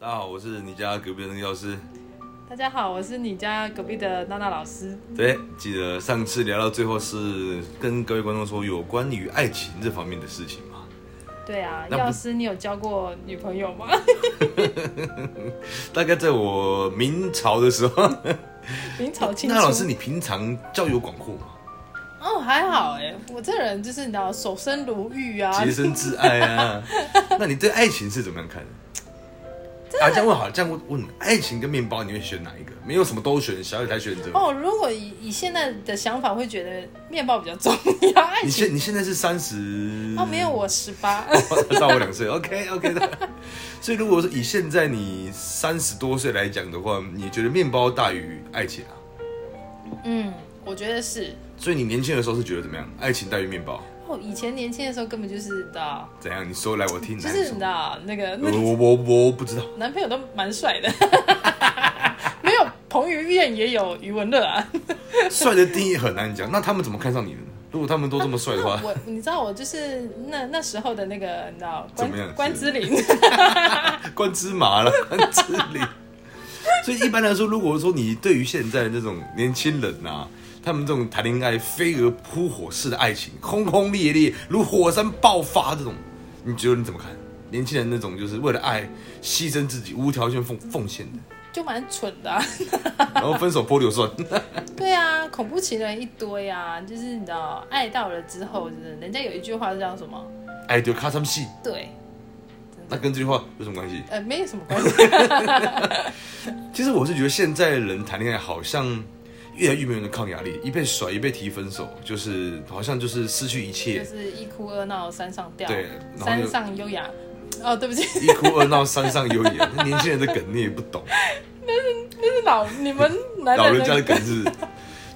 大家好，我是你家隔壁的那个药师。大家好，我是你家隔壁的娜娜老师。对，哎记得上次聊到最后是跟各位观众说有关于爱情这方面的事情嘛？对啊，那不药师，你有交过女朋 友吗？大概在我明朝的时候，明朝清初。那老师，你平常交友广阔吗？哦，还好哎，我这人就是你知道，守身如玉啊。洁身自爱 啊。那你对爱情是怎么样看的？啊，这样问好了，这样问问，爱情跟面包你会选哪一个？没有什么都选，小野才选择。哦，如果以以现在的想法，会觉得面包比较重要，爱你嗯情现你现在是三十哦没有我十八， 大我两岁，OK OK 的。 所以如果是以现在你三十多岁来讲的话，你觉得面包大于爱情啊？嗯，我觉得是。所以你年轻的时候是觉得怎么样？爱情大于面包？哦，以前年轻的时候根本就是你知道，怎样？你说来我听。就是你知来道那个你那说个我我我我不知道。男朋友都蛮帅的， 没有彭于晏也有余文乐啊。帅的定义很难讲，那他们怎么看上你的呢？如果他们都这么帅的话那，我你知道我就是那那时候的那个你知道怎么样关关之琳，关芝麻了，关芝林。 所以一般来说，如果说你对于现在的这种年轻人啊，他们这种谈恋爱飞蛾扑火式的爱情，轰轰烈烈如火山爆发这种，你觉得你怎么看？年轻人那种就是为了爱牺牲自己、无条件奉奉献的，就蛮蠢的啊、然后分手泼硫酸，对啊，恐怖情人一堆啊，就是你知道爱到了之后，就是人家有一句话叫什么？爱丢咔嚓戏，对，那跟这句话有什么关系？呃，没有什么 关系。其实我是觉得现在人谈恋爱好像越来越没有人抗压力，一被甩一被提分手，就是好像就是失去一切就，是一哭二闹三上吊，对然后三又上优雅。哦，对不起， 一哭二闹三上悠扬，那年轻人的梗你也不懂，就是老你们男老人的家的那个梗是，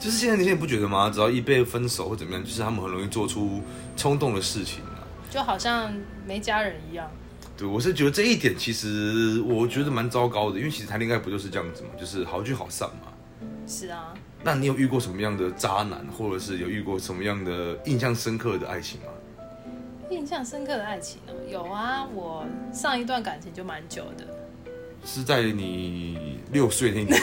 就是现在年轻人不觉得吗？只要一被分手或怎么样，就是他们很容易做出冲动的事情啊。就好像没家人一样。对，我是觉得这一点其实我觉得蛮糟糕的，因为其实谈恋爱不就是这样子嘛，就是好聚好散嘛。是啊，那你有遇过什么样的渣男，或者是有遇过什么样的印象深刻的爱情吗？印象深刻的爱情哦，有啊，我上一段感情就蛮久的。是在你六岁那 年，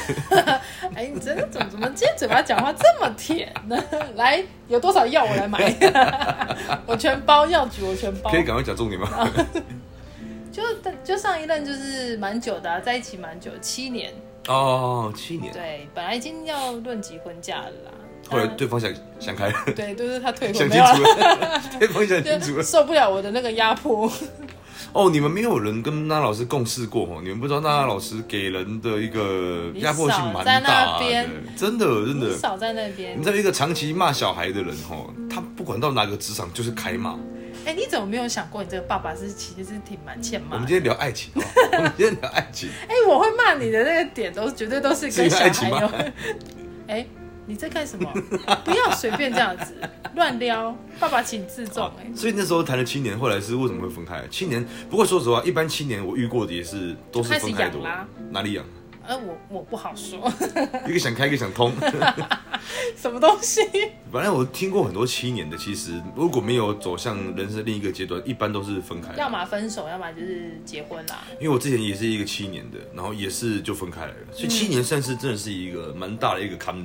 哎，你真的怎么怎么今天嘴巴讲话这么甜呢？来，有多少药我来买， 我全包药局，我全包可。以赶快讲重点吗？就就上一任就是蛮久的啊、在一起蛮久，七年。哦，七年，对，本来已经要论及婚嫁了啦。后来当然对方想想开了。对，就是他退婚想啊没清有 啊楚了，对方想清楚就了。受不了我的那个压迫。哦，你们没有人跟娜老师共事过哦，你们不知道娜老师给人的一个压迫性蛮你少大在的那边，真的真 你的。少在那边你。知道一个长期骂小孩的人哦，他不管到哪个职场就是开骂。哎，你怎么没有想过，你这个爸爸是其实是挺蛮欠我骂们的？今天聊爱情， 哦，我们今天聊爱情，哎，我会骂你的那个点都绝对都是是因为跟小爱情吗孩有。哎，你在干 什么？不要随便这样子乱撩，爸爸请自 重。哎，哦所以那时候谈了七年，后来是为什么会分开？七年，不过说实话，一般七年我遇过的也是都是分开的就开始哦养啦。哪里养？呃，我我不好说， 一个想开，一个想通。 什么东西？反正我听过很多七年的，其实如果没有走向人生另一个阶段，一般都是分开的。要么分手，要么就是结婚啦。因为我之前也是一个七年的，然后也是就分开来了，所以嗯七年算是真的是一个蛮大的一个坎，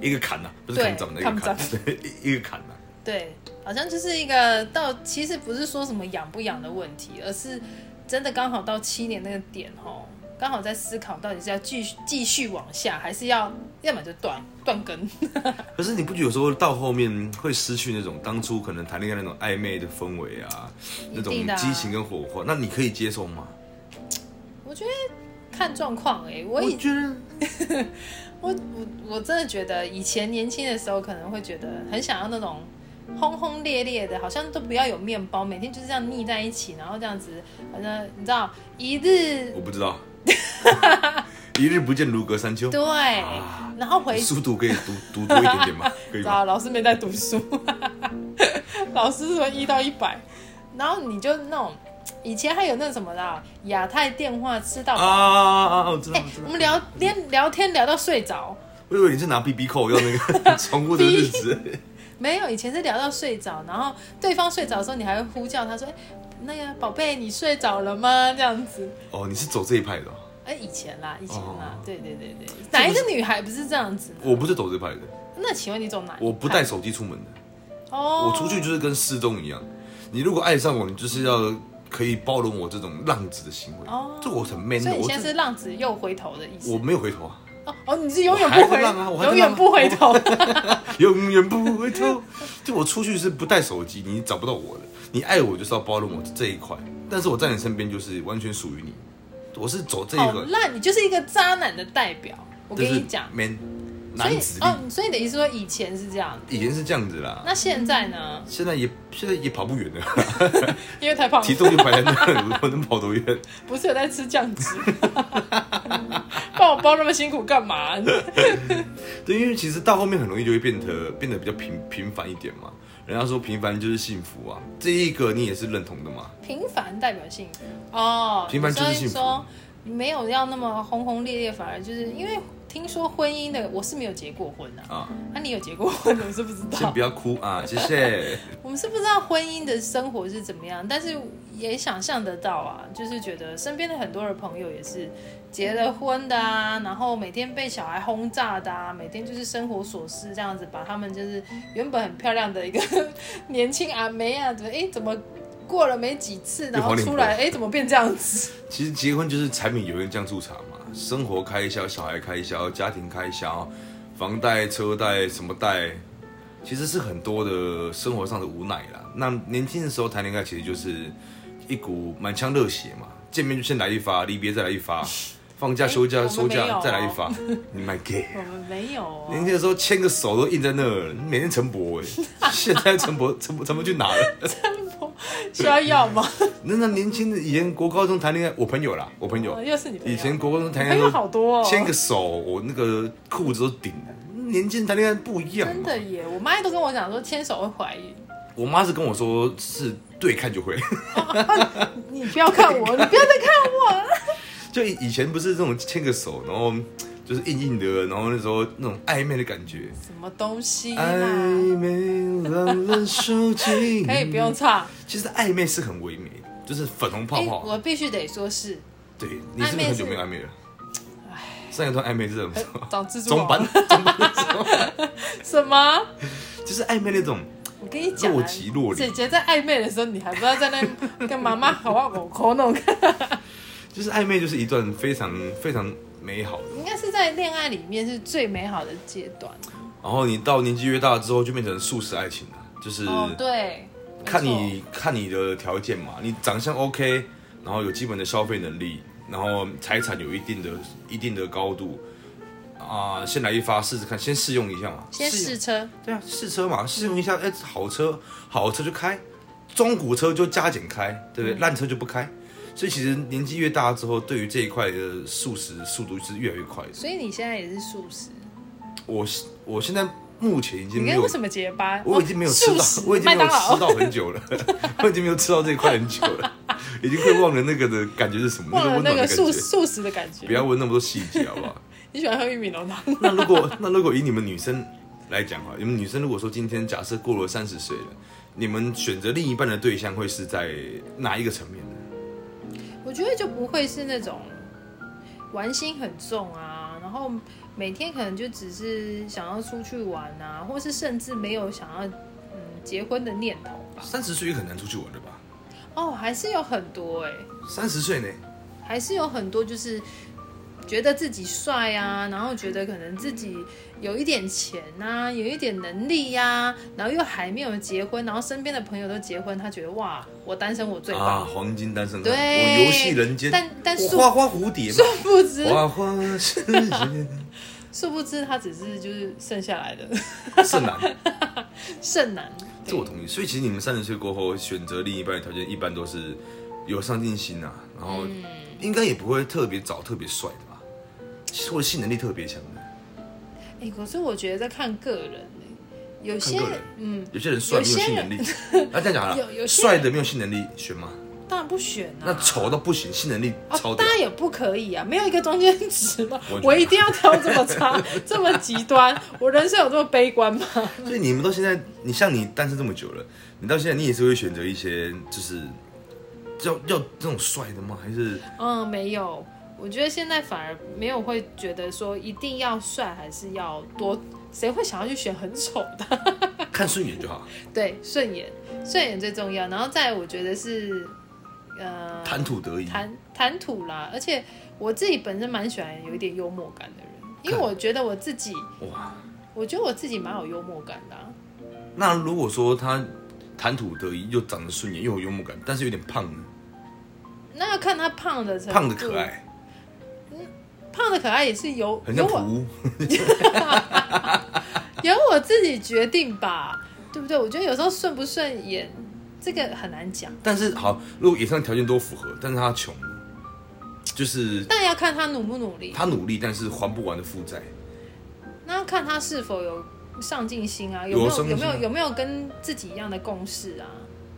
一个坎呐、啊不是对坎长的一个坎坎，对， 一个坎啊呐、对，好像就是一个到，其实不是说什么养不养的问题，而是真的刚好到七年那个点吼，刚好在思考到底是要继续继续往下，还是要要么就断断根。 可是你不觉得有时候到后面会失去那种当初可能谈恋爱那种暧昧的氛围啊，那种一定的啊激情跟火花，那你可以接受吗？我觉得看状况哎、我我以觉得我我我真的觉得以前年轻的时候可能会觉得很想要那种。轰轰烈烈的，好像都不要有面包，每天就是这样腻在一起，然后这样子，反正你知道，一日我不知 道，一日不见如隔三秋，对，啊然后 回速度可以读读多一点点 吗？可以吗？啊，老师没在读书， 老师说一到一百，然后你就那种，以前还有那什么啦，亚太电话吃到啊饱，啊啊！我知道，哎、我知我道。们聊连聊天聊到睡着，我以为你是拿 B B 扣要那个 重复的日 子。没有，以前是聊到睡着，然后对方睡着的时候，你还会呼叫他说，哎那个宝贝，你睡着了吗？这样子。哦，你是走这一派的哦、哎，以前啦，以前啦，哦对对对对，哪一个女孩不是这样子呢？我不是走这派的，那请问你走哪一啊派？我不带手机出门的，哦，我出去就是跟失踪一样。你如果爱上我，你就是要可以包容我这种浪子的行为，哦这我很 man 所的。以你我现在这是浪子又回头的意思我。没有回头啊，哦哦，你是永远不我还回，在浪啊我还在永远不回 头。永远不回头。就我出去是不带手机，你找不到我的。你爱我就是要包容我这一块，但是我在你身边就是完全属于你。我是走这一好个，烂，你就是一个渣男的代表。哦我就跟是你讲， man 所以男子力。哦，所以你的意思说以前是这样，以前是这样子啦，那现在呢？现在也现在也跑不远了，因为太胖了，体重就摆在那，我能跑多远？不是有在吃酱汁， 帮我包那么辛苦干嘛？对，因为其实到后面很容易就会变得变得比较平平凡一点嘛。人家说平凡就是幸福啊，这一个你也是认同的嘛？平凡代表幸福哦，平凡就是幸福所以说没有要那么轰轰烈烈，反而就是因为听说婚姻的，我是没有结过婚的、啊，啊，那、你有结过婚的，我是不知先道不，要哭啊，谢谢。我们是不知道婚姻的生活是怎么样，但是也想象得到啊，就是觉得身边的很多的朋友也是结了婚的啊，然后每天被小孩轰炸的啊，每天就是生活琐事这样子，把他们就是原本很漂亮的一个 年轻阿梅啊，怎么哎怎么过了没几次，然后出来哎怎么变这样子？其实结婚就是柴米油盐酱醋茶嘛，生活开销、小孩开销、家庭开销、房贷、车贷什么贷，其实是很多的生活上的无奈啦。那年轻的时候谈恋爱，其实就是一股满腔热血嘛，见面就先来一发，离别再来一发，放假、哎休假、我们收没有假哦再来一发。 你买 gay？我们没有、哦，年轻的时候牵个手都印在那儿，你每天陈博哎，现在陈博陈博陈博去哪了？ 需要药吗？那那年轻的以前国高中谈恋爱，我朋友啦，我朋友又是你朋友以前国高中谈你恋哦朋爱友都好多哦，牵个手，我那个裤子都顶了。年轻人谈恋爱不一样嘛真的耶，我妈都跟我讲说牵手会怀孕。我妈是跟我说是对看就会， 你不要看我，你不要再看我了。就以前不是这种牵个手，然后就是硬硬的，然后那时候那种暧昧的感觉，什么东西啦？暧昧让人 受尽。可以不用。唱。其实暧昧是很唯美的，就是粉红嗯泡哎、泡。我必须得 说是对，你是不是很久没有暧昧了？上一段暧昧是什 呃么时候？长蜘蛛中网班， 中班的时候，什么？就是暧昧那种。我跟你讲、若啊即若，离姐姐在暧昧的时候，你还不知道在那跟妈妈好啊，我口弄，就是暧昧，就是一段非常非常美好的。应该是在恋爱里面是最美好的阶段。然后你到年纪越大之后，就变成素食爱情了，就是哦，对，没错看你看你的条件嘛，你长相 OK，然后有基本的消费能力，然后财产有一定的一定的高度。啊、先来一发试试看，先试用一下嘛。先用试，车，对啊，试车嘛，试用一下。哎、好车，好车就开，中古车就加减开，对不嗯对？烂车就不开。所以其实年纪越大之后，对于这一块的素食速度是越来越快的。所以你现在也是素食。我我现在目前已经你没跟有为，什么结巴？我已经没有吃哦到素食，我已经麦没有当吃劳，到很久了， 我已经没有吃到这一块很久了，已经快忘了那个的感觉是什么，忘个了温那暖个的素感觉。素食的感觉。不要问那么多细节，好不好？你喜欢喝玉米浓汤？那如果 那如果以你们女生来讲啊哈，你们女生如果说今天假设过了三十岁了，你们选择另一半的对象会是在哪一个层面呢？我觉得就不会是那种玩心很重啊，然后每天可能就只是想要出去玩啊，或是甚至没有想要嗯结婚的念头吧。三十岁也很难出去玩的吧？哦，还是有很多哎、三十岁呢？还是有很多就是觉得自己帅啊，然后觉得可能自己有一点钱啊，有一点能力呀、然后又还没有结婚，然后身边的朋友都结婚，他觉得哇，我单身我最棒。啊，黄金单身汉，对我游戏人间，但但啊我殊花花蝴蝶嘛 殊，不知，花花世界。殊不知他只是就是剩下来的 剩男，剩男。这我同意。所以其实你们三十岁过后选择另一半的条件，一般都是有上进心啊，然后嗯应该也不会特别找特别帅的吧，或者性能力特别强的。哎、可是我觉得在看个人、欸、有些看个人嗯，有些人帅没有性能力， 那这样讲好有有了，些人帅的没有性能力选吗？当然不选啊。那丑到不行，性能力超屌哦，当。然也不可以啊，没有一个中间值嘛。我我觉得一定要挑这么差、这么极端，我人生有这么悲观吗？ 所以你们到现在，你像你单身这么久了，你到现在你也是会选择一些就是要要这种帅的吗？还 是嗯，没有。我觉得现在反而没有会觉得说一定要帅，还是要多，谁会想要去选很丑的？ 看顺眼就好？对，顺眼，顺眼最重要。然后再来我觉得是，呃，谈吐得意，谈谈吐啦，而且我自己本身蛮喜欢有一点幽默感的人，因为我觉得我自己，哇！我觉得我自己蛮有幽默感的啊、那如果说他谈吐得意，又长得顺眼，又有幽默感，但是有点胖呢，那要看他胖的程度，胖的可，爱，胖的可爱也是由很由像我图，由我自己决定吧，对不对？我觉得有时候顺不顺眼，这个很难讲，但是好，如果以上条件都符合，但是他穷，就是但要看他努不努力，他努力，但是还不完的负债。那要看他是否有上进心啊，有有没有上有进没心有有没有跟自己一样的共识啊？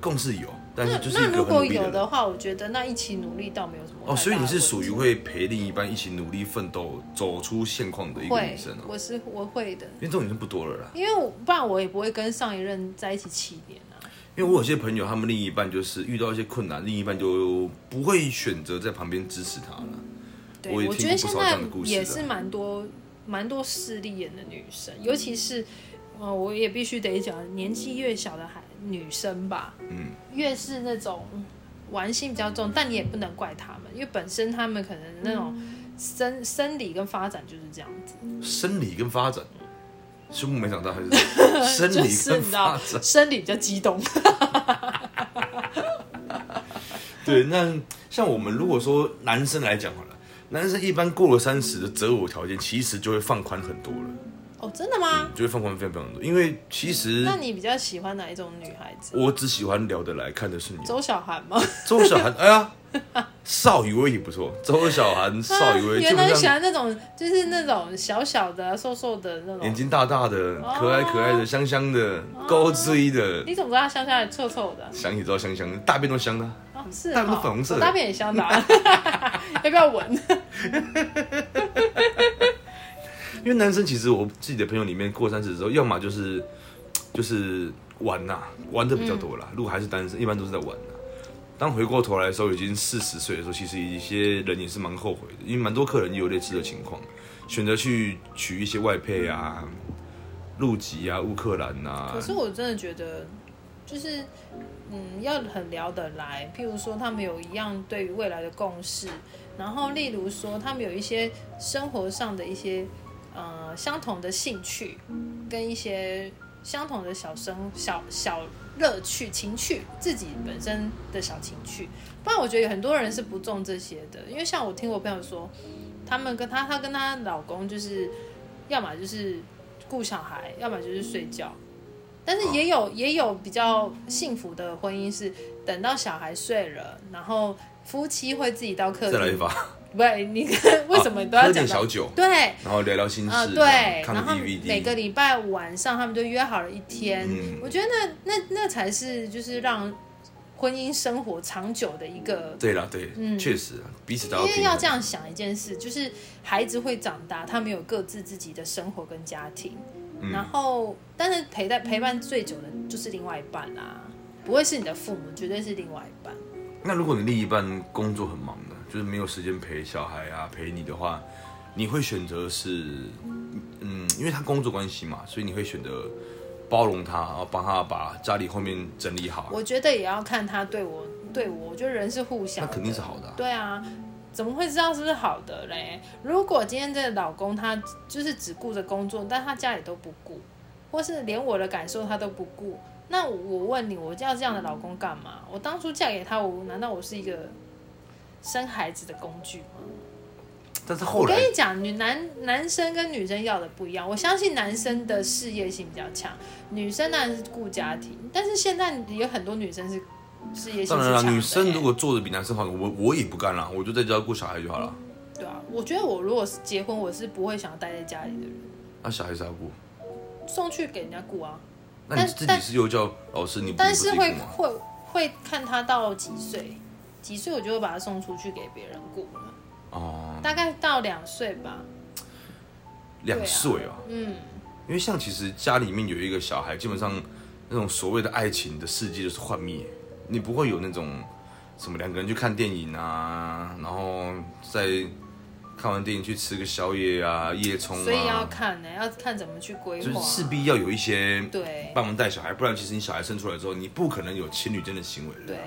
共是有，但那是就是那一个很努如果力有的人。的话，我觉得那一起努力倒没有什么哦，所以你是属于于会陪另一半一起努力奋斗、走出现况的一个会女生哦，，我是我会的，因为这种女生不多了啦。因为我不然我也不会跟上一任在一起七年啊。因为我有些朋友，他们另一半就是遇到一些困难，另一半就不会选择在旁边支持他了。对，我也觉听得过现不少这在样的故事的也是蛮多蛮多势利眼的女生，尤其是，呃，我也必须得讲，年纪越小的孩女生吧，嗯，越是那种玩性比较重，但你也不能怪她们，因为本身她们可能那种嗯生生理跟发展就是这样子，生理跟发展，胸部没长大 还是生就理是跟你知发道 展？生理比较激动，对，那像我们如果说男生来讲好了，男生一般过了三十的择偶条件，其实就会放宽很多了，哦，真的吗？就会放宽非常非常多。因为其实那你比较喜欢哪一种女孩子？我只喜欢聊得来、看得顺眼。周小涵吗？周小涵，哎呀，邵雨薇也不错。周小涵、 邵雨薇，基 原来本喜上欢那种，就是那种小小的、瘦瘦的那种眼。睛大大的、哦可爱可爱的、香香的、高追的，你怎么知道它香香的臭臭的？想起都香香的，大便都香的。哦，是大便哦粉红色我的哎大便也香的啊， 要不要闻？因为男生其实我自己的朋友里面过三十之后，要么就是就是玩呐、玩的比较多啦。嗯如果还是单身，一般都是在玩呐、当回过头来的时候，已经四十岁的时候，其实一些人也是蛮后悔的，因为蛮多客人也有类似的情况，选择去娶一些外配啊、入籍啊、乌克兰啊嗯可。是我真的觉得，就是嗯，要很聊得来。譬如说，他们有一样对于未来的共识，然后例如说，他们有一些生活上的一些呃相同的兴趣，跟一些相同的小生小小乐趣、情趣，自己本身的小情趣。不然，我觉得有很多人是不重这些的，因为像我听我朋友说，他们跟她她跟她老公就是，要么就是顾小孩，要么就是睡觉。但啊是也有、也有比较幸福的婚姻是，等到小孩睡了，然后夫妻会自己到客再来一厅。发，不是，你为什么你都要喝点讲到、小酒，对，然后聊聊心啊，事，对，看然个后每个 DVD，礼拜晚上他们就约好了一天，嗯我觉得那那那才是就是让婚姻生活长久的一个，对啦，对，嗯确实啊彼此达到因为平要衡这。样想一件事，就是孩子会长大，他们有各自自己的生活跟家庭，嗯然后但是陪伴陪伴最久的就是另外一半啦、不会是你的父母，绝对是另外一半。那如果你另一半工作很忙的，就是没有时间陪小孩啊，陪你的话，你会选择是，嗯，因为他工作关系嘛，所以你会选择包容他，然后帮他把家里后面整理好，我觉得也要看他对我对我，我觉得人是互相那的，肯定是好的啊、对啊，怎么会知道是不是好的嘞？如果今天这个老公他就是只顾着工作，但他家里都不顾，或是连我的感受他都不顾，那我问你，我要这样的老公干嘛？我当初嫁给他，我难道我是一个生孩子的工具吗？但是我后跟来你讲，女男男生跟女生要的不一样。我相信男生的事业性比较强，女生当然是顾家庭，但是现在有很多女生是事业性是当强然的、了，女生欸如果做的比男生好，我我也不干了，我就在家顾小孩就好了。对啊，我觉得我如果是结婚，我是不会想要待在家里的人，那、啊小孩是要顾，送去给人家雇啊。那你但自己但是幼教老师，你不但你是不自会己顾吗？会会看他到几岁，几岁我就会把他送出去给别人雇了，哦，大概到两岁吧。两对啊岁哦、嗯，因为像其实家里面有一个小孩，基本上那种所谓的爱情的世界就是幻灭，你不会有那种什么两个人去看电影啊，然后再看完电影去吃个宵夜啊，夜冲啊，所以要看呢、要看怎么去规就是划。势必要有一些对帮忙带小孩，不然其实你小孩生出来之后，你不可能有情侣间的行为了对啊。，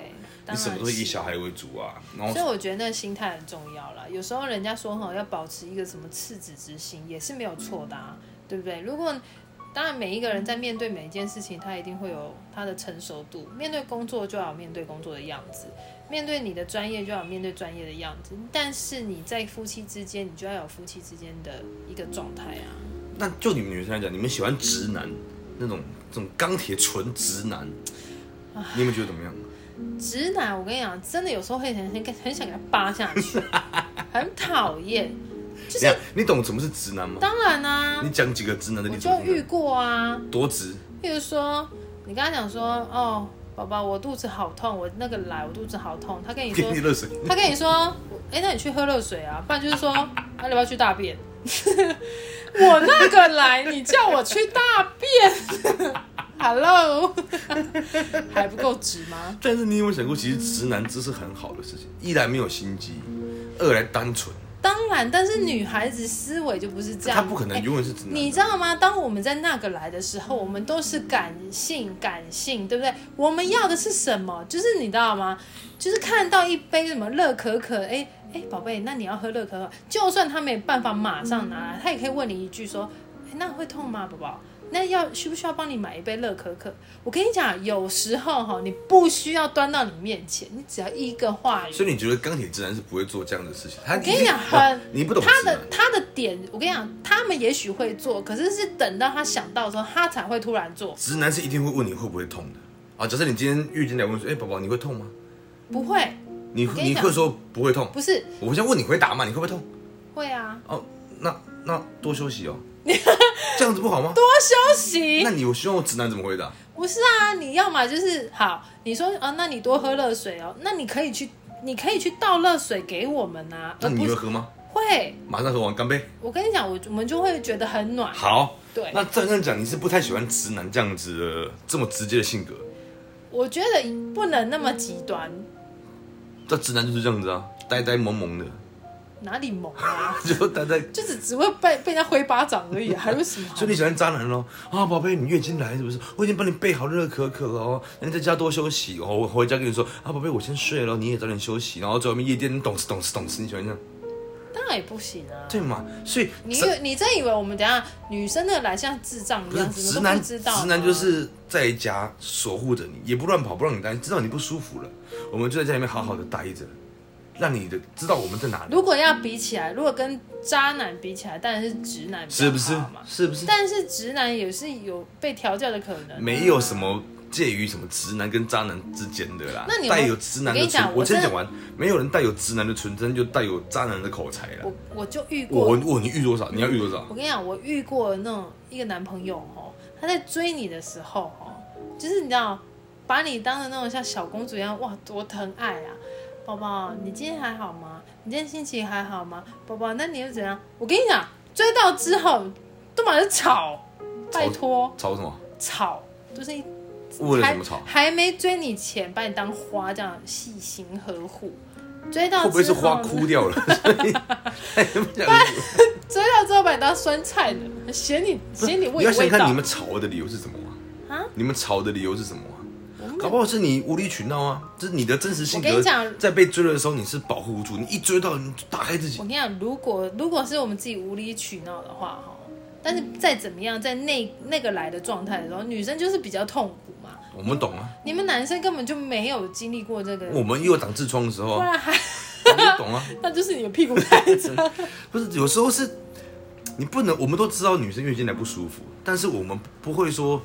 当你然什么都以是小孩为主啊，然所以后我觉得那心态很重要啦。有时候人家说哈，要保持一个什么赤子之心，也是没有错的、啊，嗯对不对？如果当然每一个人在面对每一件事情，他一定会有他的成熟度。面对工作就要有面对工作的样子，面对你的专业就要有面对专业的样子。但是你在夫妻之间，你就要有夫妻之间的一个状态啊。那就你们女生来讲，你们喜欢直男那种这种钢铁纯直男，你们觉得怎么样？直男，我跟你讲，真的有时候会很很很想给他扒 下去，很讨厌。这样你懂什么是直男吗？当然啊你，讲几个直男的例我子就给我听遇看？过啊。多直？譬如说，你跟他讲说，哦，宝宝，我肚子好痛，我那个来，我肚子好痛。他跟你给说 你，热水。他跟你说，哎、那你去喝热水啊，不然就是说，啊，你要不要去大便？ 我那个来，你叫我去大便，Hello，还不够直吗？但是你有没有想过，其实直男这是很好的事情，一来没有心机，二来单纯，当然，但是女孩子思维嗯就不是这样，他不可能诶永远是直男的。啊你知道吗？当我们在那个来的时候，我们都是感性，感性，对不对？我们要的是什么？就是你知道吗？就是看到一杯什么乐可可，哎哎，宝贝，那你要喝乐可可？就算他没办法马上拿来，他也可以问你一句说，哎，那会痛吗，宝宝？那要需不需要帮你买一杯乐可可？我跟你讲，有时候哈，你不需要端到你面前，你只要一个话语，所以你觉得钢铁直男是不会做这样的事情？他我跟你讲，一定哇很你不懂他直的男，他的点，我跟你讲，他们也许会做，可是是等到他想到的时候，他才会突然做，直男是一定会问你会不会痛的啊。假设你今天遇见两个人说，哎、宝宝你会痛吗？不会，你我跟你你讲会说不会痛？不是我现在问你回答嘛，你会不会痛？会啊，哦，那那多休息 哦，这样子不好吗？多休息那。你我希望我直男怎么回答？不是啊，你要嘛就是好，你说啊，那你多喝热水哦，那你可以去，你可以去倒热水给我们啊，那而你不会是喝吗？会。马上喝完，干杯！我跟你讲，我我们就会觉得很暖。好，对那这样讲，你是不太喜欢直男这样子的这么直接的性格。我觉得不能那么极端，这直男就是这样子啊，呆呆萌萌的，，哪里萌啊 就呆呆。就只只会被被人家挥巴掌而已 啊，还有什么好？所以你喜欢渣男咯？啊，宝贝，你月经来是不是？我已经帮你备好热可可了哦，那你在家多休息哦。我回家跟你说啊，宝贝，我先睡了，你也早点休息，然后在外面夜店，你懂事懂事懂事，你喜欢这样当然也不行啊。对嘛？所以你以这为你真以为我们等一下女生的来像智障一不是样，什么直都男，不知道啊吗？直男就是在家守护着你，也不乱跑，不让你担心，知道你不舒服了，我们就在家里面好好的待着，让你的知道我们在哪里，如果要比起来，如果跟渣男比起来，当然是直男比较是不是好嘛？是不是？但是直男也是有被调教的可能，没有什。么介于什么直男跟渣男之间的啦。那你有带没有有直男我跟的你纯，讲我我先真的讲完，没有人带有直男的纯真，就带有渣男的口才啦我。我就遇过，我我我你遇多少？你要遇多少？跟你讲，我遇过那种一个男朋友哦，他在追你的时候哦，就是你知道，把你当成那种像小公主一样，哇，多疼爱啊！宝宝，你今天还好吗？你今天心情还好吗？宝宝，那你又怎样？我跟你讲，追到之后，都马上吵，吵拜托吵什么？吵，就是一为了还什么吵？还没追你前，把你当花这样细心呵护。追到会不会之是后花呢枯掉了？所以 哎 不讲啊追到之后把你当酸菜的，嫌你嫌你你味要有想味看道你。们吵的理由是什么啊？啊你们吵的理由是什么啊？我们搞不好是你无理取闹啊！这是你的真实性我跟格你讲，在被追了的时候，你是保护不住，你一追到你就打开自己我。跟你讲，如果如果是我们自己无理取闹的话，哈，但是再怎么样，在那那个来的状态的时候，女生就是比较痛苦嘛。我们懂啊，你们男生根本就没有经历过这个，我们也有长痔疮的时候不啊，然还 我们懂啊。那就是你的屁股太长。不是，有时候是你不能，我们都知道女生月经来不舒服，但是我们不会说，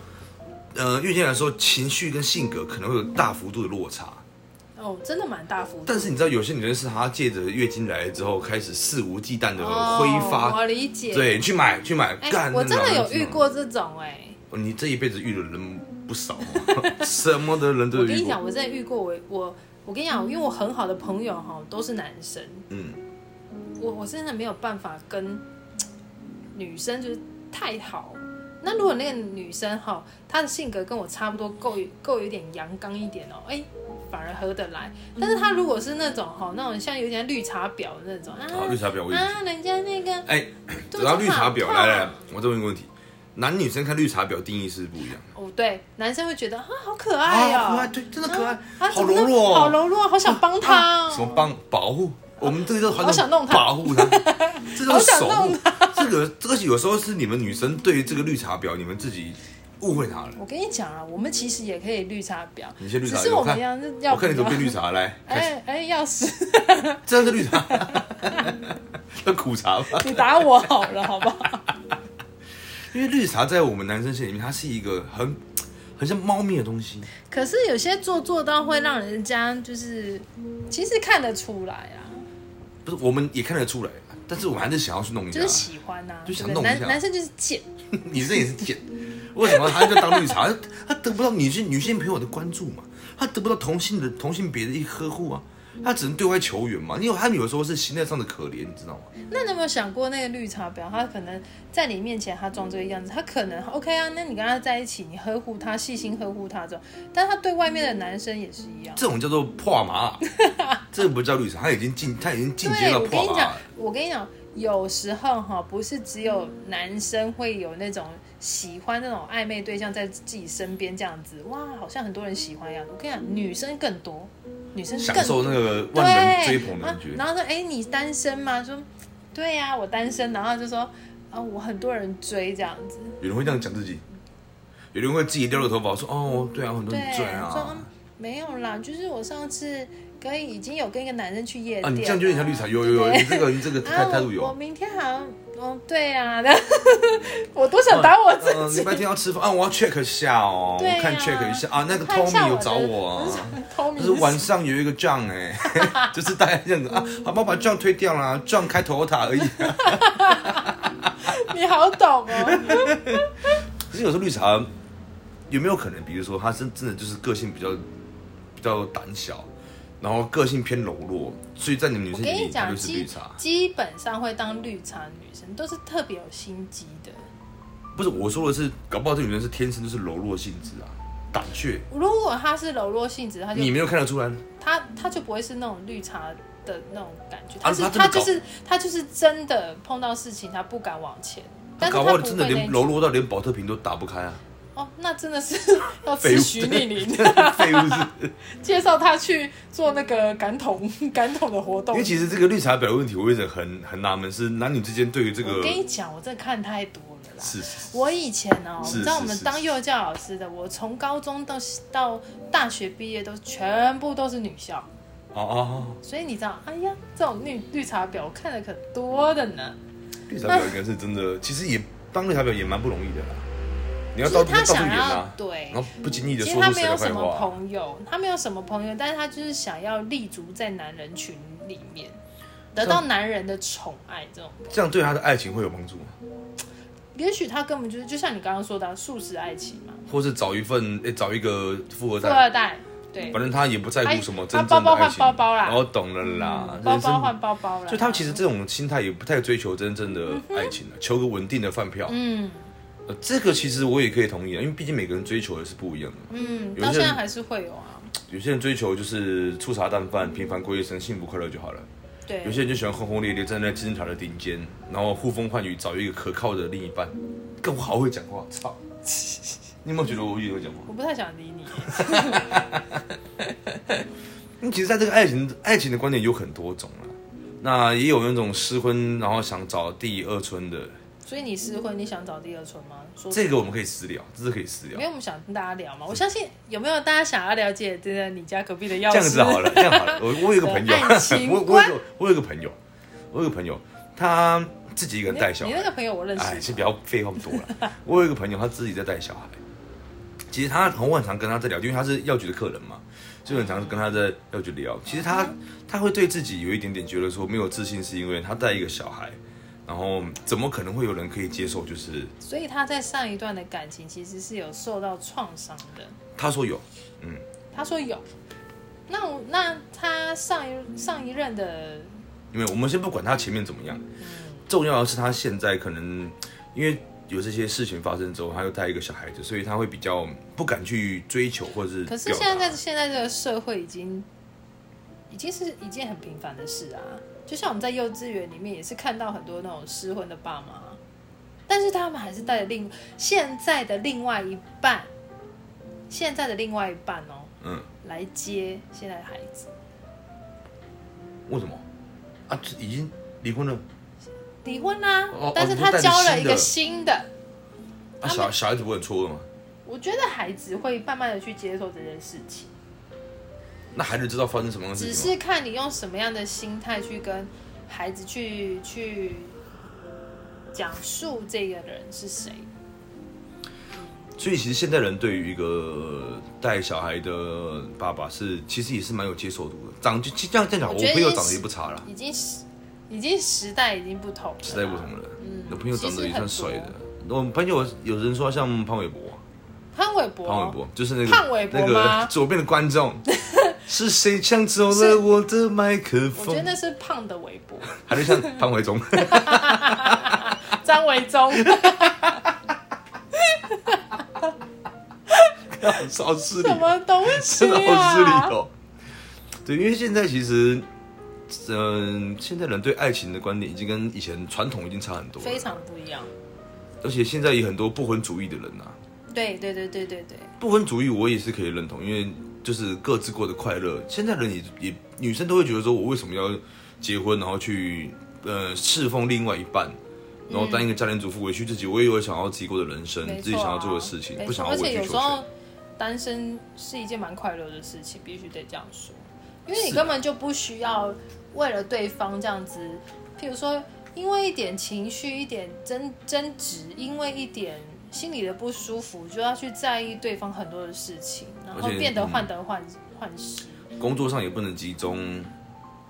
呃，月经来的时候情绪跟性格可能会有大幅度的落差。 哦，真的蛮大幅度。但是你知道，有些女生是她借着月经来之后开始肆无忌惮的 哦挥发，我理解。，对，去买去买，哎、干、我真的那有遇种，过这种哎、你这一辈子遇的人不少、 什么的人都有遇我跟你过讲，。我真的遇过我我我跟你讲，因为我很好的朋友哈都是男生，嗯，我我真的没有办法跟女生就是太好。那如果那个女生哈，她的性格跟我差不多，够够有点阳刚一点哦，哎、反而合得来。嗯但是他如果是那种哈，那种像有点绿茶婊的那种啊好，绿茶婊我也不行啊，人家那个哎，走肚子到绿茶婊，好来来，痛来我再问一个问题：男女生看绿茶婊定义是不一样的。哦，对，男生会觉得啊，好可爱啊，可爱，哦，对，真的可爱啊，好怎么那柔弱哦，啊好柔弱，好想帮他什么哦，帮保护？我们这个就是好想弄他保 护他，这好种想守护弄，这个这个有时候是你们女生对于这个绿茶婊，你们自己误会他了。我跟你讲啊，我们其实也可以绿茶婊，你先绿茶只是婊我看们要是要我看你怎么变绿茶， 来，开始哎哎，要死 这样是绿 茶，那苦茶吧。你打我好了，好不好？因为绿茶在我们男生心里面，它是一个很很像猫咪的东西。可是有些做做到会让人家就是，其实看得出来啊，不是，我们也看得出来，但是我们还是想要去弄一下。就是喜欢呐、啊，就对想不对弄一男下男生就是贱， 你这也是贱，为什么他就当绿茶？他他得不到女性女性朋友的关注嘛，他得不到同性的同性别的一个呵护啊，他只能对外求援嘛。因为他们有时候是心态上的可怜，你知道吗？那你有没有想过，那个绿茶婊，她可能在你面前她装这个样子，她可能 OK 啊，那你跟她在一起，你呵护她，细心呵护她这种，但她对外面的男生也是一样。这种叫做破麻，啊 这不叫绿茶，他已经进他已经进阶对，到我跟破你麻讲了。，我跟你讲，有时候哈，不是只有男生会有那种喜欢那种暧昧对象在自己身边这样子，哇，好像很多人喜欢一样。我跟你讲，女生更多，女生享更受那个对，万人追捧的啊感觉，然后说：“哎，你单身吗？”说：“对呀、我单身。”然后就说：“啊，我很多人追这样子。有人会这样讲自己，有人会自己撩着头发说：“哦，对啊，很”多对人，追说、啊嗯。没有啦，就是我上次跟已经有跟一个男生去夜啊，店了，你这样就有点像绿茶，有有有，你这个你这个态啊，态度有。我我明天好像，哦，对啊， 我多想打我嗯自礼己。拜天要吃饭啊，我要 check 一下哦，对呀我看 check 一下啊，那个看一 Tommy 下我有的嗯找我啊，偷就是晚上有一个 John 哎、 就是大概这样子啊，嗯好吧，我把 John 推掉啦，John 开头塔而已。 你好 懂哦。可是有时候绿茶有没有可能，比如说他真真的就是个性比较比较胆小，然后个性偏柔弱，所以在你们女我生跟眼你里她讲，就是基绿茶。基本上会当绿茶的女生都是特别有心机的。不是我说的是，搞不好这女生是天生就是柔弱性质啊，胆怯，如果她是柔弱性质，她就你没有看得出来呢。他他就不会是那种绿茶的那种感觉，啊他是、他真的他就搞是他就是真的碰到事情他不敢往前，但是搞他不好不会真的那连种柔弱到连保特瓶都打不开 啊。哦，那真的是 要 废吃物徐丽玲废物是， 介绍他去做那个感统感统的活因动为。其实这个绿茶婊的问题，我一直很很纳闷，是男女之间对于这个我跟你讲，我真的看太多了啦。是是我以前哦，是你知道是我们是当是幼教老师的，我从高中到到大学毕业都全部都是女校，哦哦，所以你知道，哎呀，这种绿绿茶婊我看的可多的呢。绿茶婊应该是真的，其实也当绿茶婊也蛮不容易的啦。你要到就是他到处想演要啊，对然后不经意的其说实他出没谁的有什坏么话，朋友，他没有什么朋友，但是他就是想要立足在男人群里面，得到男人的宠爱。这种，这样对他的爱情会有帮助吗？也许他根本就是就像你刚刚说的啊素食爱情嘛，或是找一份诶，找一个富二富代，二代，对反，正他也不在乎什么他真正的爱情。哎他包包换包包啦我懂了啦，包人包生换包包了。就他其实这种心态也不太追求真正的爱情了，求个稳定的饭票。嗯呃，这个其实我也可以同意啊，因为毕竟每个人追求的是不一样的嘛。嗯，有到些现在人还是会有啊。有些人追求就是粗茶淡饭、平凡过一生、幸福快乐就好了；对有，些人就喜欢轰轰烈烈，站在金字塔的顶尖，然后呼风唤雨，找一个可靠的另一半。跟我好会讲话，操！你有没有觉得我也会讲话？我不太想理你。那其实，在这个爱情爱情的观点有很多种啊。那也有那种失婚，然后想找第二春的，所以你失婚，你想找第二春吗？说这个我们可以私聊，这是可以私聊没。有，我们想跟大家聊嘛。我相信有没有大家想要了解，真的你家隔壁的钥匙？这样子好 了，这样好了。我我有一个朋友爱情，我 我观有一个我有一个朋友，我有一个朋友，他自己一个人你带小你那孩个。朋友我认哎，识先，不要废话那么多 了。我有一个朋友，他自己在带小孩，其实他我很常跟他在聊，因为他是药局的客人嘛，就很常跟他在药局聊。其实他他会对自己有一点点觉得说没有自信，是因为他带一个小孩，然后怎么可能会有人可以接受？就是所以他在上一段的感情其实是有受到创伤的。他说有，他说有，那我那他上一上一任的，嗯因为我们先不管他前面怎么样，重要的是他现在可能因为。有这些事情发生之后，他又带一个小孩子，所以他会比较不敢去追求或是可是表达现在在现在这个社会已经已经是一件很平凡的事啊，就像我们在幼稚园里面也是看到很多那种失婚的爸妈，但是他们还是带着另现在的另外一半，现在的另外一半哦嗯，来接现在的孩子，为什么啊？这已经离婚了离婚啦、哦哦但是你他说带着交了一个新新的，啊，他们小小孩子不很错愕吗？我觉得孩子会慢慢的去接受这件事情。那孩子知道发生什么样的只事情吗？是看你用什么样的心态去跟孩子去去讲述这个人是谁。所以其实现代人对于一个带小孩的爸爸是，其实也是蛮有接受度的。长就就这样这样讲，我我觉得朋友也长得也是不差啦，已经时已经时代已经不同了啦，时代不同了。嗯我朋友长得也算其实很帅多的。我朋友有人说像潘玮柏，潘玮柏，潘玮柏就是那个潘玮柏那吗 个左边的观众，是谁抢走了我的麦克我风？觉得那是胖的玮柏，他就像潘玮 忠，张维 忠，好失礼什哦，么东西真的好失啊礼？哦。对，因为现在其实，嗯、现在人对爱情的观点已经跟以前传统已经差很多了，非常不一样。而且现在有很多不婚主义的人啊，对对对对对对，不婚主义我也是可以认同，因为就是各自过得快乐。现在人也也女生都会觉得说，我为什么要结婚，然后去呃侍奉另外一半，然后当一个家庭主妇委屈自己，我也有想要自己过的人生，嗯没自错己想啊，要做的事情，没不错想要而委且有曲时求全候。单身是一件蛮快乐的事情，必须得这样说，因为你是根本就不需要为了对方这样子，譬如说因为一点情绪、一点争争执，因为一点心里的不舒服，就要去在意对方很多的事情，然后而且变得嗯患得患患失。工作上也不能集中，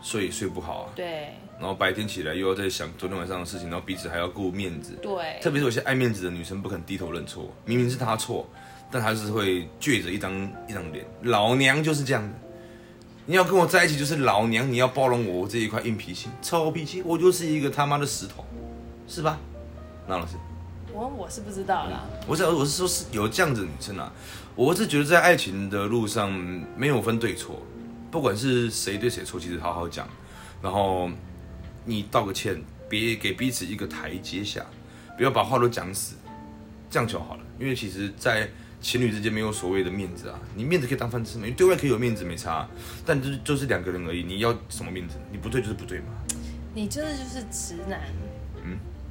睡也睡不好啊，对然后白天起来又要在想昨天晚上的事情，然后彼此还要顾面子。对，特别是有些爱面子的女生不肯低头认错，明明是她错，但她是会倔着一张一张脸。老娘就是这样的，你要跟我在一起就是老娘，你要包容我这一块硬脾气、臭脾气，我就是一个他妈的石头，是吧？那老师，我我是不知道啦，我是我是说是有这样子的女生啊，我是觉得在爱情的路上没有分对错，不管是谁对谁错，其实好好讲，然后你道个歉，别给彼此一个台阶下，不要把话都讲死，这样就好了。因为其实，在情侣之间没有所谓的面子啊，你面子可以当饭吃嘛，你对外可以有面子没差啊，但就是就是两个人而已，你要什么面子？你不对就是不对嘛。你真的就是直男。嗯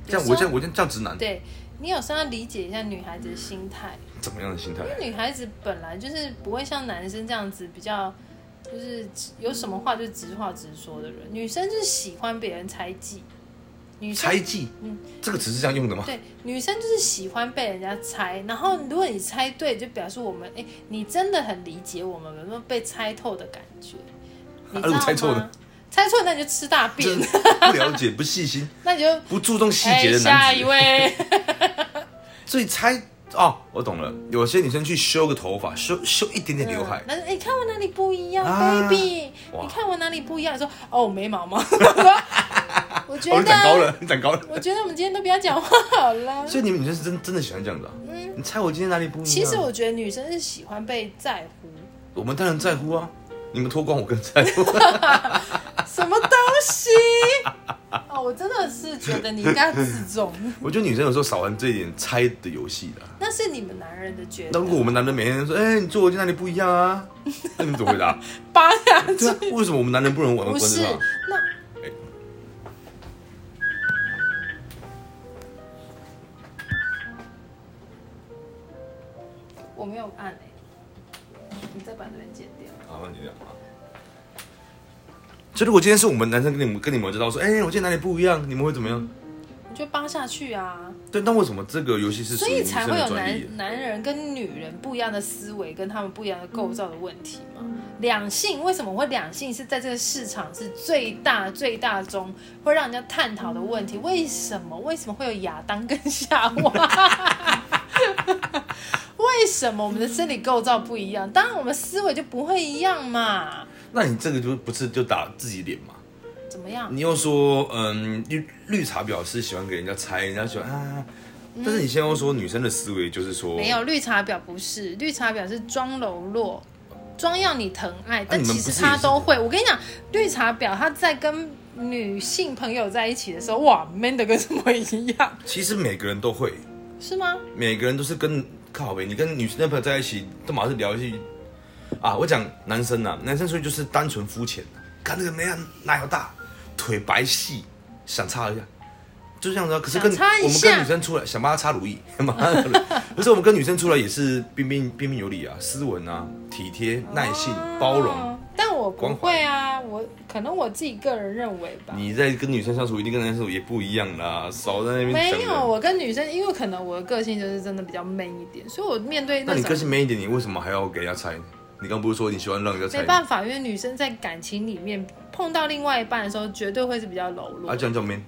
这样有我时这候样我这样这样直男，对你有时候要理解一下女孩子的心态。怎么样的心态？女孩子本来就是不会像男生这样子比较，就是有什么话就直话直说的人。女生就是喜欢别人猜忌，女生猜忌，这个词是这样用的吗？对女生就是喜欢被人家猜。然后如果你猜对，就表示我们哎、你真的很理解我们有没有被猜透的感觉，你啊知道如吗？果猜错呢猜错那你就吃大便真，不了解、不细 心、那你就不注重细哎、节的下男一子，位，所以猜哦，我懂了。有些女生去修个头发，修修一点点刘海嗯，但是哎、欸看我哪里不一样、啊 b a b y 哇你看我哪里不一样？你说哦，眉毛 吗？我说我觉哦，你长高得，了， 你长高了。我觉得我们今天都不要讲话好了。所以你们女生是真真的喜欢这样的、啊。你猜我今天哪里不一样？嗯其实我觉得女生是喜欢被在乎，我们当然在乎啊，你们脱光我更在乎。 什么东西？哦，我真的是觉得你应该自重，我觉得女生有时候少玩这一点猜的游戏啦。那是你们男人的觉那得如。果我们男人每天都说，哎、你做我今天哪里不一样啊？那你们怎么回 答？扒下去对啊，为什么我们男人不能玩玩不是这套？那哎。我没有按哎、你再把这边剪掉。好，那你这样啊。就如果今天是我们男生跟你们跟你们知道说，哎、我今天哪里不一样，你们会怎么样？我就扒下去啊，对，那为什么这个游戏是属所于以女才生会的有专利？男男人跟女人不一样的思维，跟他们不一样的构造的问题嘛。嗯两性为什么会两性是在这个市场是最大最大中会让人家探讨的问嗯题？为什么为什么会有亚当跟夏娃？ 为什么我们的生理构造不一样？当然我们思维就不会一样嘛。那你这个就不是就打自己脸嘛？怎么样？你又说，嗯，绿绿茶婊是喜欢给人家猜，人家喜欢啊，但是你现在又说女生的思维就是说，没有绿茶婊不是，绿茶婊是装柔弱，装要你疼爱，但啊你们其不实是她也是都会。我跟你讲，绿茶婊她在跟女性朋友在一起的时候，嗯哇，man 的跟什么一 样，其实每个人都会，是吗？每个人都是跟靠呗，你跟女生的朋友在一起，都马上聊一些啊。我讲男生啊，男生出去就是单纯肤浅，看这个哪样哪有大，腿白细，想擦一下，就这样子啊。可是跟想擦我一下们跟女生出来，想帮她擦乳 液，妈的可是我们跟女生出来也是彬彬彬彬有礼啊，斯文啊，体贴、耐性、包容。哦但我不关怀会啊，我可能我自己个人认为吧。你在跟女生相处，一定跟男生相处也不一样啦，少在那边没讲有，了。我跟女生，因为可能我的个性就是真的比较 man 一点，所以我面对那那你个种性 man 一点，你为什么还要给人家猜？你刚不是说你喜欢让人家猜没你？办法，因为女生在感情里面碰到另外一半的时候，绝对会是比较柔弱啊，的。这样叫 man。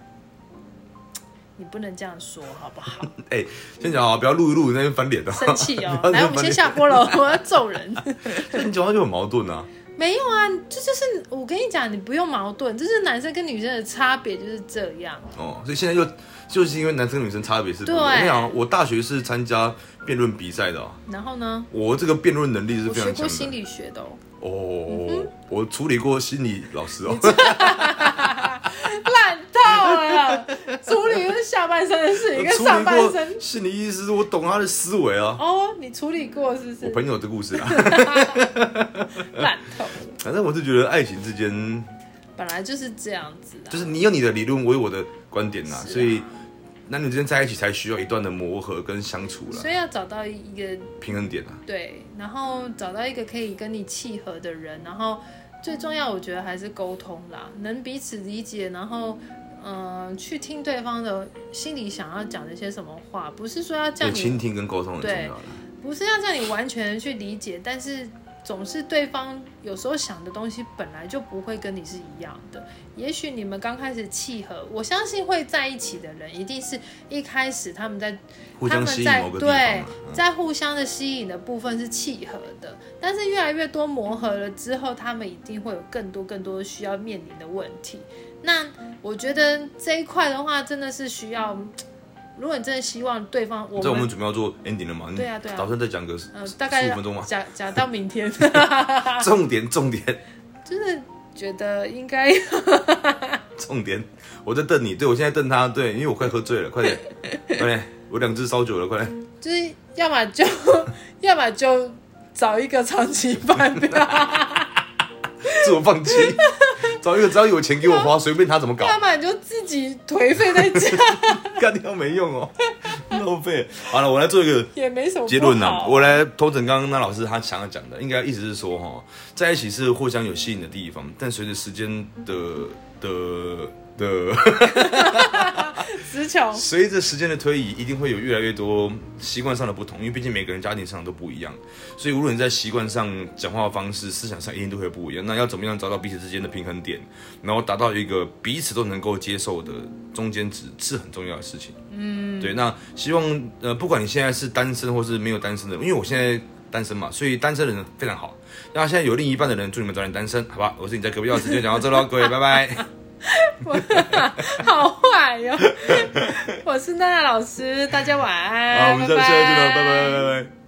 你不能这样说，好不好？哎、先讲啊，不要录一录在那边翻脸的、生气哦 ！不要在那边翻脸来，我们先下播了，我要揍人。 这你讲话就很矛盾啊。没有啊，这就是我跟你讲，你不用矛盾，这是男生跟女生的差别就是这样。哦，所以现在就就是因为男生跟女生差别是不一样。对我跟你讲啊，我大学是参加辩论比赛的、啊，然后呢，我这个辩论能力是我非常学过强心的。理学的哦，哦，我处理过心理老师哦，烂透了。处理是下半身的事情，我跟 处上理半身过心理医师，我懂他的思维啊。哦，你处理过是不我是？朋友的故事啊， 烂透了，反正我是觉得爱情之间，本来就是这样子的、啊。就是你有你的理论，我有我的观点呐、是啊所以男女之间在一起才需要一段的磨合跟相处啦所，以要找到一个平衡点啊。对，然后找到一个可以跟你契合的人，然后最重要，我觉得还是沟通啦，能彼此理解，然后嗯、呃去听对方的心里想要讲的一些什么话，不是说要叫对，倾你，听跟沟通很重要啦。不是要叫你完全去理解，但是总是对方有时候想的东西本来就不会跟你是一样的，也许你们刚开始契合，我相信会在一起的人，一定是一开始他们在互他相们吸引在某个地方对嘛。嗯在互相的吸引的部分是契合的，但是越来越多磨合了之后，他们一定会有更多更多需要面临的问题。那我觉得这一块的话，真的是需要，如果你真的希望对方，我这我们们准备要做 ending 了嘛？你对啊对啊打算再讲个十呃大概十五分钟嘛？讲讲到明天， 重点重点 真的觉得应该重点，我在瞪你，对我现在瞪他，对，因为我快喝醉了， 快点，快点，我两只烧酒了，快点， 就是要么就要么就找一个长期 伴侣，自我放弃， 找一个只要有钱给我啊花，随便他怎么搞，要么你就自己颓废在家，干掉没用哦， 浪费。好了，我来做一个也没什么结论不呢、好啊我来头整刚刚那老师他想要讲的，应该意思是说哈，在一起是互相有吸引的地方，但随着时间的的的，词穷。随着时间的推移，一定会有越来越多习惯上的不同，因为毕竟每个人家庭上都不一样，所以无论你在习惯上、讲话方式、思想上，一定都会不一样。那要怎么样找到彼此之间的平衡点，然后达到一个彼此都能够接受的中间值，是很重要的事情。对，那希望呃，不管你现在是单身或是没有单身的，因为我现在单身嘛，所以单身的人非常好。那现在有另一半的人，祝你们早点单身，好吧？我是你在隔壁钥匙，就讲到这喽，各位，拜 拜。 好坏哟、我是娜娜老师，大家晚安。好，我们下拜下一见了，拜拜拜拜。